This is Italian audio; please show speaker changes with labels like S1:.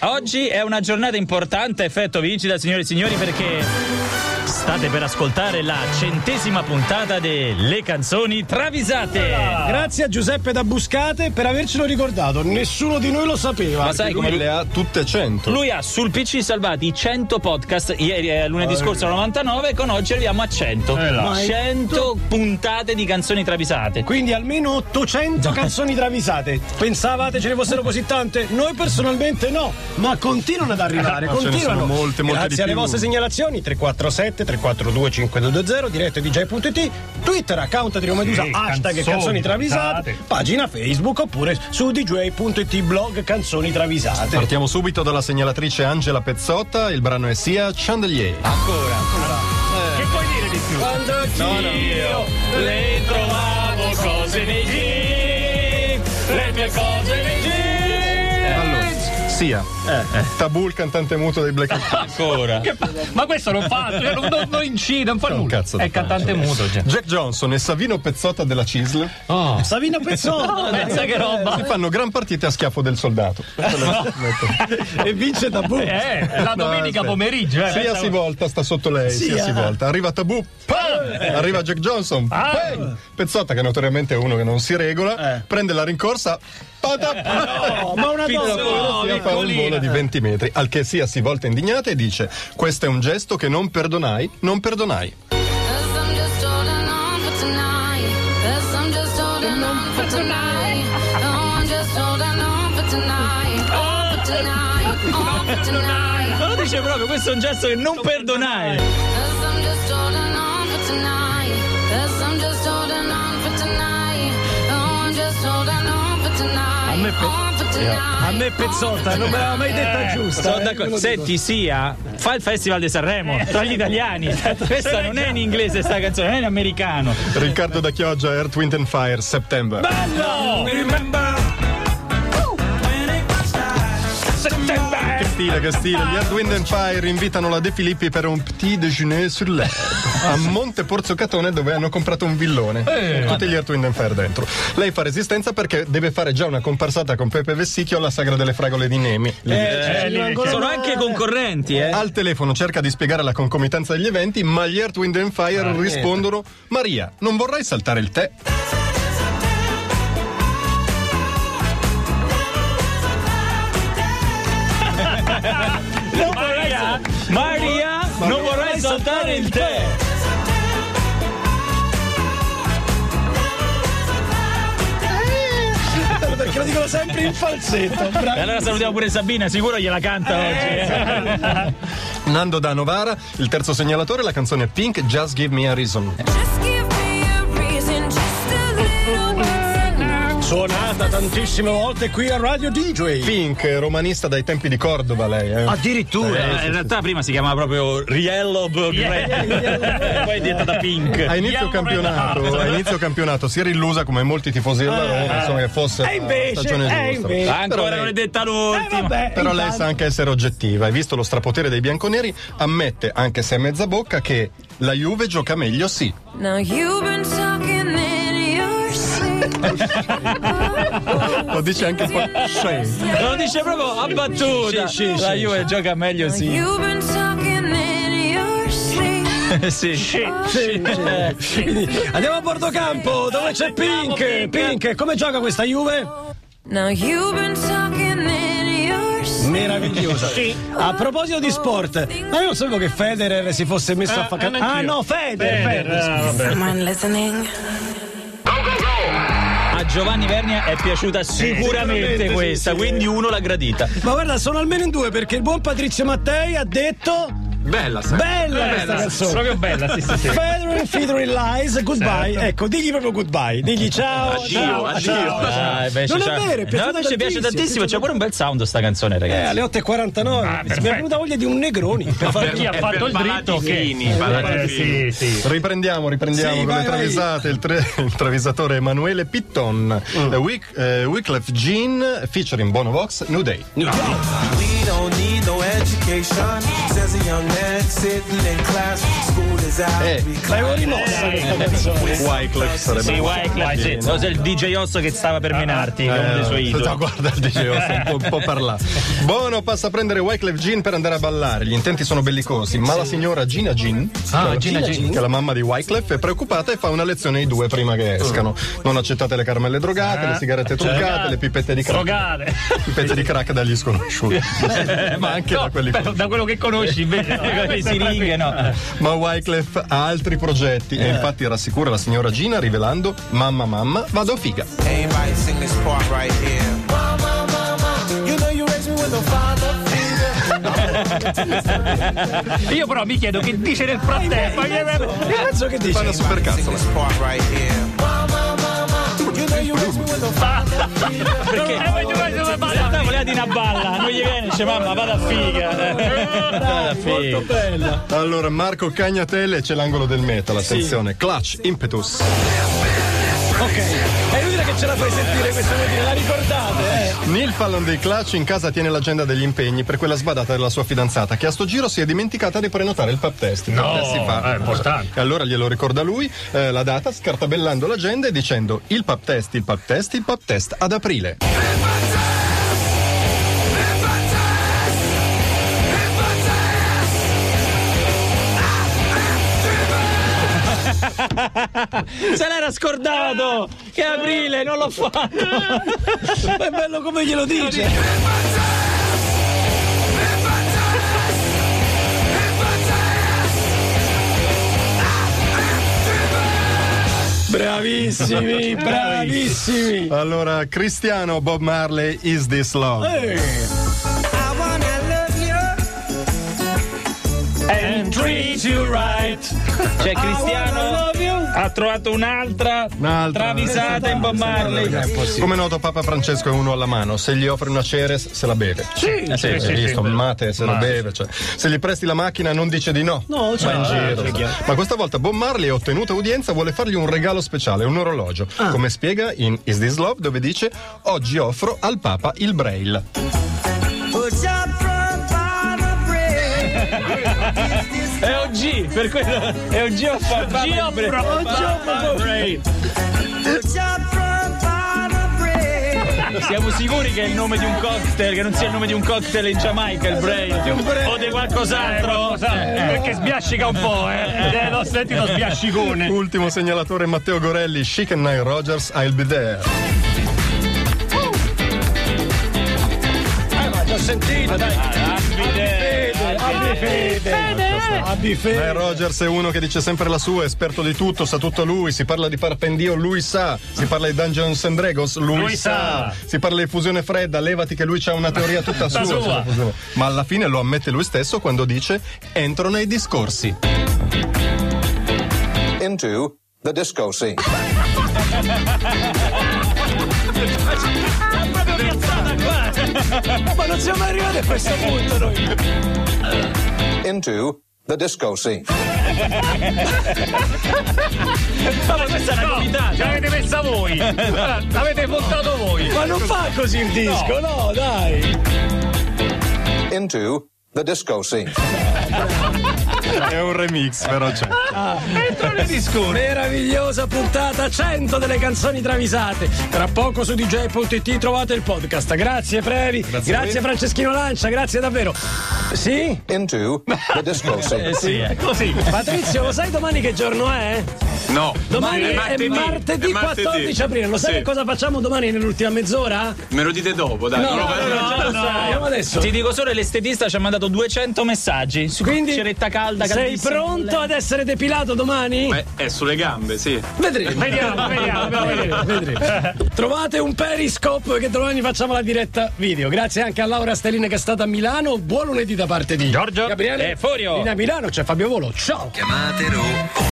S1: Oggi è una giornata importante, effetto vincita, signore e signori, perché state per ascoltare la centesima puntata delle canzoni travisate.
S2: Grazie a Giuseppe da Buscate per avercelo ricordato, nessuno di noi lo sapeva.
S1: Ma sai
S3: Lui
S1: come lui,
S3: le ha tutte 100.
S1: lui ha sul PC salvati 100 podcast, ieri eh, lunedì scorso erano 99 e con oggi arriviamo a 100.
S3: Eh là.
S1: 100 puntate di canzoni travisate.
S2: Quindi almeno 800 canzoni travisate. Pensavate ce ne fossero così tante? Noi personalmente no, ma continuano ad arrivare,
S3: Eh, no, ce ne
S2: continuano.
S3: sono molte, molte
S2: Grazie
S3: di
S2: alle
S3: più.
S2: vostre segnalazioni 347 342 5220 diretto dj.it, Twitter account di Roma Medusa,
S4: Sì,
S2: hashtag
S4: canzoni
S2: canzoni travisate,
S4: travisate.
S2: pagina Facebook oppure su dj.it blog canzoni travisate.
S3: Partiamo subito dalla segnalatrice Angela Pezzotta, il brano è Sia Chandelier.
S4: Che puoi dire di più?
S2: Quando
S1: Io le trovavo cose nei giri, le mie cose nei giri.
S3: Allora, Sia, Tabù il cantante muto dei Black Eyed Peas.
S1: Ancora.
S4: Che fa- Ma questo non fa, cioè, non, non, non incide, non fa
S3: C'è un
S4: nulla.
S3: cazzo da
S4: È
S3: fare,
S4: cantante
S3: cioè.
S4: muto. Cioè.
S3: Jack Johnson e Savino Pezzotta della Cisl
S2: Savino Pezzotta
S4: Pensa che roba.
S3: si fanno gran partite a schiaffo del soldato.
S2: e vince Tabù.
S4: Eh, la
S3: No,
S4: domenica
S3: aspetta.
S4: pomeriggio. Eh,
S3: Sia
S4: pensa-
S3: si volta, sta sotto lei, sia,
S2: Sia.
S3: si volta. Arriva Tabù, pam! arriva Jack Johnson, pam! Pezzotta che notoriamente è uno che non si regola, prende la rincorsa, patap!
S2: No, ma una
S3: Fino alla
S2: donna.
S3: polizia fa un volo di 20 metri, al che sia si volta indignata e dice: Questo è un gesto che non perdonai, non perdonai.
S5: Cause I'm just holding on for tonight. Cause I'm just holding on for tonight. No, I'm just holding on for tonight. On for tonight. On for tonight.
S1: Ma lo dice proprio, questo è un gesto che non perdonai.
S5: Cause I'm just holding on for tonight. Cause I'm just holding on for tonight. No, I'm just holding on for tonight.
S2: me pe-
S5: On for tonight.
S2: A me Pezzotta non me l'aveva mai detta giusta.
S1: Sono
S2: eh, ve
S1: d'accordo.
S2: lo dico.
S1: Senti, Sia, fa il Festival di Sanremo tra gli
S2: Eh,
S1: italiani.
S2: esatto.
S1: Questa non è in inglese, sta canzone, non è in americano.
S3: Riccardo da Chioggia, Earth, Wind and Fire, September. Che stile, che stile. Gli Earth, Wind and Fire invitano la De Filippi per un petit déjeuner sur l'air a Monte Porzocatone dove hanno comprato un villone. con tutti gli Earth, Wind and Fire dentro. Lei fa resistenza perché deve fare già una comparsata con Pepe Vessicchio alla Sagra delle Fragole di Nemi.
S2: Eh,
S4: lì,
S2: ancora
S1: Sono
S2: una-
S1: anche concorrenti, eh.
S3: Al telefono cerca di spiegare la concomitanza degli eventi, ma gli Earth, Wind and Fire rispondono: Maria, non vorrai saltare il tè?
S1: Maria, Maria, non vorrei saltare il tè.
S2: Perché lo dicono sempre in falsetto.
S1: E
S2: Bravo.
S1: allora salutiamo pure Sabina, sicuro gliela canta oggi.
S2: esatto.
S1: eh.
S3: Nando da Novara, il terzo segnalatore, la canzone Pink, Just Give Me a Reason.
S2: Eh.
S6: Just give me a reason, just a little reason.
S2: Suonata tantissime volte qui a Radio DJ.
S3: Pink, romanista dai tempi di Cordova, lei. eh.
S2: Addirittura.
S1: Eh, in realtà prima si chiamava proprio Riello Red, poi è diventata
S3: A
S1: Pink.
S3: inizio,
S4: Andiamo
S3: campionato, a inizio campionato si era illusa come molti tifosi della Roma, insomma, che fosse
S2: Ah, E invece,
S3: la stagione
S2: e
S3: giusta.
S2: invece.
S3: Però
S1: Ancora
S3: lei-
S1: non è detta
S2: Eh,
S1: l'ultima.
S2: vabbè,
S3: Però lei
S2: intanto-
S3: sa anche essere oggettiva e visto lo strapotere dei bianconeri ammette, anche se è mezza bocca, che la Juve gioca meglio sì.
S6: Now you've been talking in your sleep.
S3: Lo dice anche poi. Shame.
S1: Lo dice proprio a battuta.
S2: Sì, sì,
S1: La
S2: sì,
S1: Juve gioca meglio, sì.
S6: You've been talking in your sleep.
S1: sì.
S2: Sì, sì. Quindi, Andiamo a Bordocampo, dove c'è Pink. Pink, come gioca questa Juve?
S6: Now you've been talking in your sleep.
S2: Meravigliosa. A proposito di sport, ma io non sapevo che Federer si fosse messo a fare. Ah, no,
S3: eh,
S2: Federer. Federer.
S6: Someone listening.
S1: A Giovanni Vernia è piaciuta
S2: sicuramente,
S1: sicuramente
S2: sì,
S1: questa,
S2: sì.
S1: quindi uno l'ha gradita.
S2: Ma guarda, sono almeno in due perché il buon Patrizio Mattei ha detto
S3: Bella, sai.
S2: bella questa canzone.
S4: Proprio bella, sì, sì, sì.
S2: Federer Featuring Lies,
S1: Certo.
S2: goodbye. Ecco, digli proprio goodbye. Digli ciao. ciao, ciao, ciao.
S1: Dai, invece,
S2: Non è
S1: cioè-
S2: vero, è piaciuta
S1: No, invece piace
S2: tantissimo,
S1: tantissimo, c'è Ah, pure un bel sound sta canzone,
S2: Eh,
S1: ragazzi.
S2: alle 8.49 mi è venuta voglia di un Negroni
S1: Ah,
S2: per fare
S4: Chi ha fatto il dritto che... Eh, sì, sì.
S3: Riprendiamo, riprendiamo
S2: Sì,
S3: con
S2: vai,
S3: le travisate. Il, tre- il travisatore Emanuele
S2: Mm.
S3: Pitton, eh, Wyc- eh, Wyclef Jean featuring Bono Vox, New Day.
S7: We don't need no education. Says a young man sitting in class. School is out.
S3: Eh,
S2: La è rimossa questa canzone.
S4: Eh,
S3: Wyclef sarebbe.
S1: Sì, Wyclef,
S2: Eh,
S1: sì. No, sei il DJ Osso che stava per menarti con
S3: Eh,
S1: le sue
S3: no,
S2: esatto.
S1: idole.
S3: guarda il dicevo, sto un po', un po' parlare. Bono passa a prendere Wyclef Jean per andare a ballare. Gli intenti sono bellicosi, ma la signora Gina Jean,
S4: Ah, Gina Jean.
S3: che è la mamma di Wyclef, è preoccupata e fa una lezione ai due prima che escano.
S4: Mm.
S3: Non accettate le caramelle drogate, le sigarette truccate, le pipette di crack,
S4: Eh, cioè, Drogate. Eh,
S3: pipette di crack dagli sconosciuti. ma anche da quelli
S4: Beh, da quello che conosci invece.
S1: Con le siringhe, no.
S3: Ma Wyclef ha altri progetti
S4: Eh.
S3: e infatti rassicura la signora Gina rivelando: Mamma, mamma, vado a figa.
S7: Everybody sing this part right here. Mama, mama, you know you raised me with a father figure.
S4: Io però mi chiedo che dice nel frattempo. eh,
S2: Cazzo che
S3: Fa
S2: dici?
S3: una super
S7: Sing this part right here. Mama, mama, you know you raised me with a father figure.
S1: Perché?
S4: eh,
S2: Esatto.
S3: eh,
S1: In realtà voleva di una balla, non gli viene, dice mamma, vada a figa. Vada a figa.
S2: Bella.
S3: Allora, Marco Cagnatelle c'è l'angolo del metal, attenzione. Clutch, impetus.
S2: Ok. È inutile che ce la fai sentire questa mattina, la ricordate, eh?
S3: Neil Fallon dei Clutch in casa tiene l'agenda degli impegni per quella sbadata della sua fidanzata che a sto giro si è dimenticata di prenotare il pub test. Il pub test si fa.
S4: è importante.
S3: E allora glielo ricorda lui, eh, la data, scartabellando l'agenda e dicendo il pub test, il pub test, il pub test ad aprile.
S1: Se l'era scordato! Che aprile, non l'ho fatto!
S2: È bello come glielo dice. Bravissimi, bravissimi.
S3: Allora, Cristiano Bob Marley, Is This Love?
S2: Eh.
S7: I wanna love you.
S1: And treat you right! Cioè, Cristiano ha trovato un'altra,
S3: Un'altra.
S2: esatto.
S1: travisata in Bob Marley.
S3: Come noto, Papa Francesco è uno alla mano. Se gli offre una Ceres, se la beve.
S4: Sì,
S3: Eh, sì, hai visto, mate se lo beve. cioè. Se gli presti la macchina non dice di no. certo,
S2: No, cioè,
S3: va in
S2: eh,
S3: giro. Ma questa volta Bob Marley, ottenuta udienza, vuole fargli un regalo speciale, un orologio. Come spiega in Is This Love, dove dice Oggi offro al Papa il Braille.
S7: Put up front by the bridge.
S1: È OG, per quello. È OG ho fatto. OG ho
S7: Put up front by the bridge.
S1: Siamo sicuri che è il nome di un cocktail, che non sia il nome di un cocktail in Giamaica, il Brain. O di qualcos'altro.
S3: Eh,
S4: Perché Eh, sbiascica un po', eh. Eh, L'ho sentito sbiascicone.
S3: Ultimo segnalatore Matteo Gorelli, Chic and Nine Rogers, I'll be there.
S2: Eh, ma ti ho sentito, dai.
S3: Ah,
S2: Abbi fede. Abbi
S3: Nile
S2: fede.
S3: Rogers è uno che dice sempre la sua, è esperto di tutto, sa tutto lui, si parla di Parpendio, lui sa, si parla di Dungeons and Dragons, lui,
S4: Lui sa.
S3: si parla di fusione fredda, levati che lui c'ha una teoria tutta sua,
S4: sua.
S3: sulla fusione. ma alla fine lo ammette lui stesso quando dice entro nei discorsi.
S8: into the disco scene.
S2: Ma non siamo arrivati a questo punto noi.
S8: Into the disco scene.
S2: Eh,
S1: Ma questa è una novità.
S4: Ce l'avete messa voi. L'avete montato voi.
S2: Ma non fa così il disco, no, dai.
S8: Into the disco scene.
S3: È un remix, però c'è.
S2: Meravigliosa puntata 100 delle canzoni travisate. Tra poco su dj.it trovate il podcast. Grazie Previ, grazie, Franceschino Lancia, grazie davvero. Sì?
S8: Into the disco scene.
S1: Sì, eh.
S4: Così.
S2: Patrizio, lo sai domani che giorno è?
S9: No,
S2: Domani è martedì,
S9: martedì, è martedì.
S2: 14 aprile. Lo sai
S9: Sì.
S2: che cosa facciamo domani nell'ultima mezz'ora?
S9: Me lo dite dopo, dai. non lo faccio.
S2: no, andiamo adesso.
S1: Ti dico solo che l'estetista ci ha mandato 200 messaggi. Su
S2: Quindi
S1: ceretta calda,
S2: sei
S1: caldissima.
S2: pronto ad essere depilato domani?
S9: Beh, è sulle gambe, sì.
S2: Vedremo.
S4: Vediamo, vediamo, vediamo.
S2: Trovate un periscope che domani facciamo la diretta video. Grazie anche a Laura Stellina che è stata a Milano. Buon lunedì da parte di
S1: Giorgio
S2: Gabriele
S1: e Furio.
S2: Lina Milano, c'è Fabio Volo. Ciao.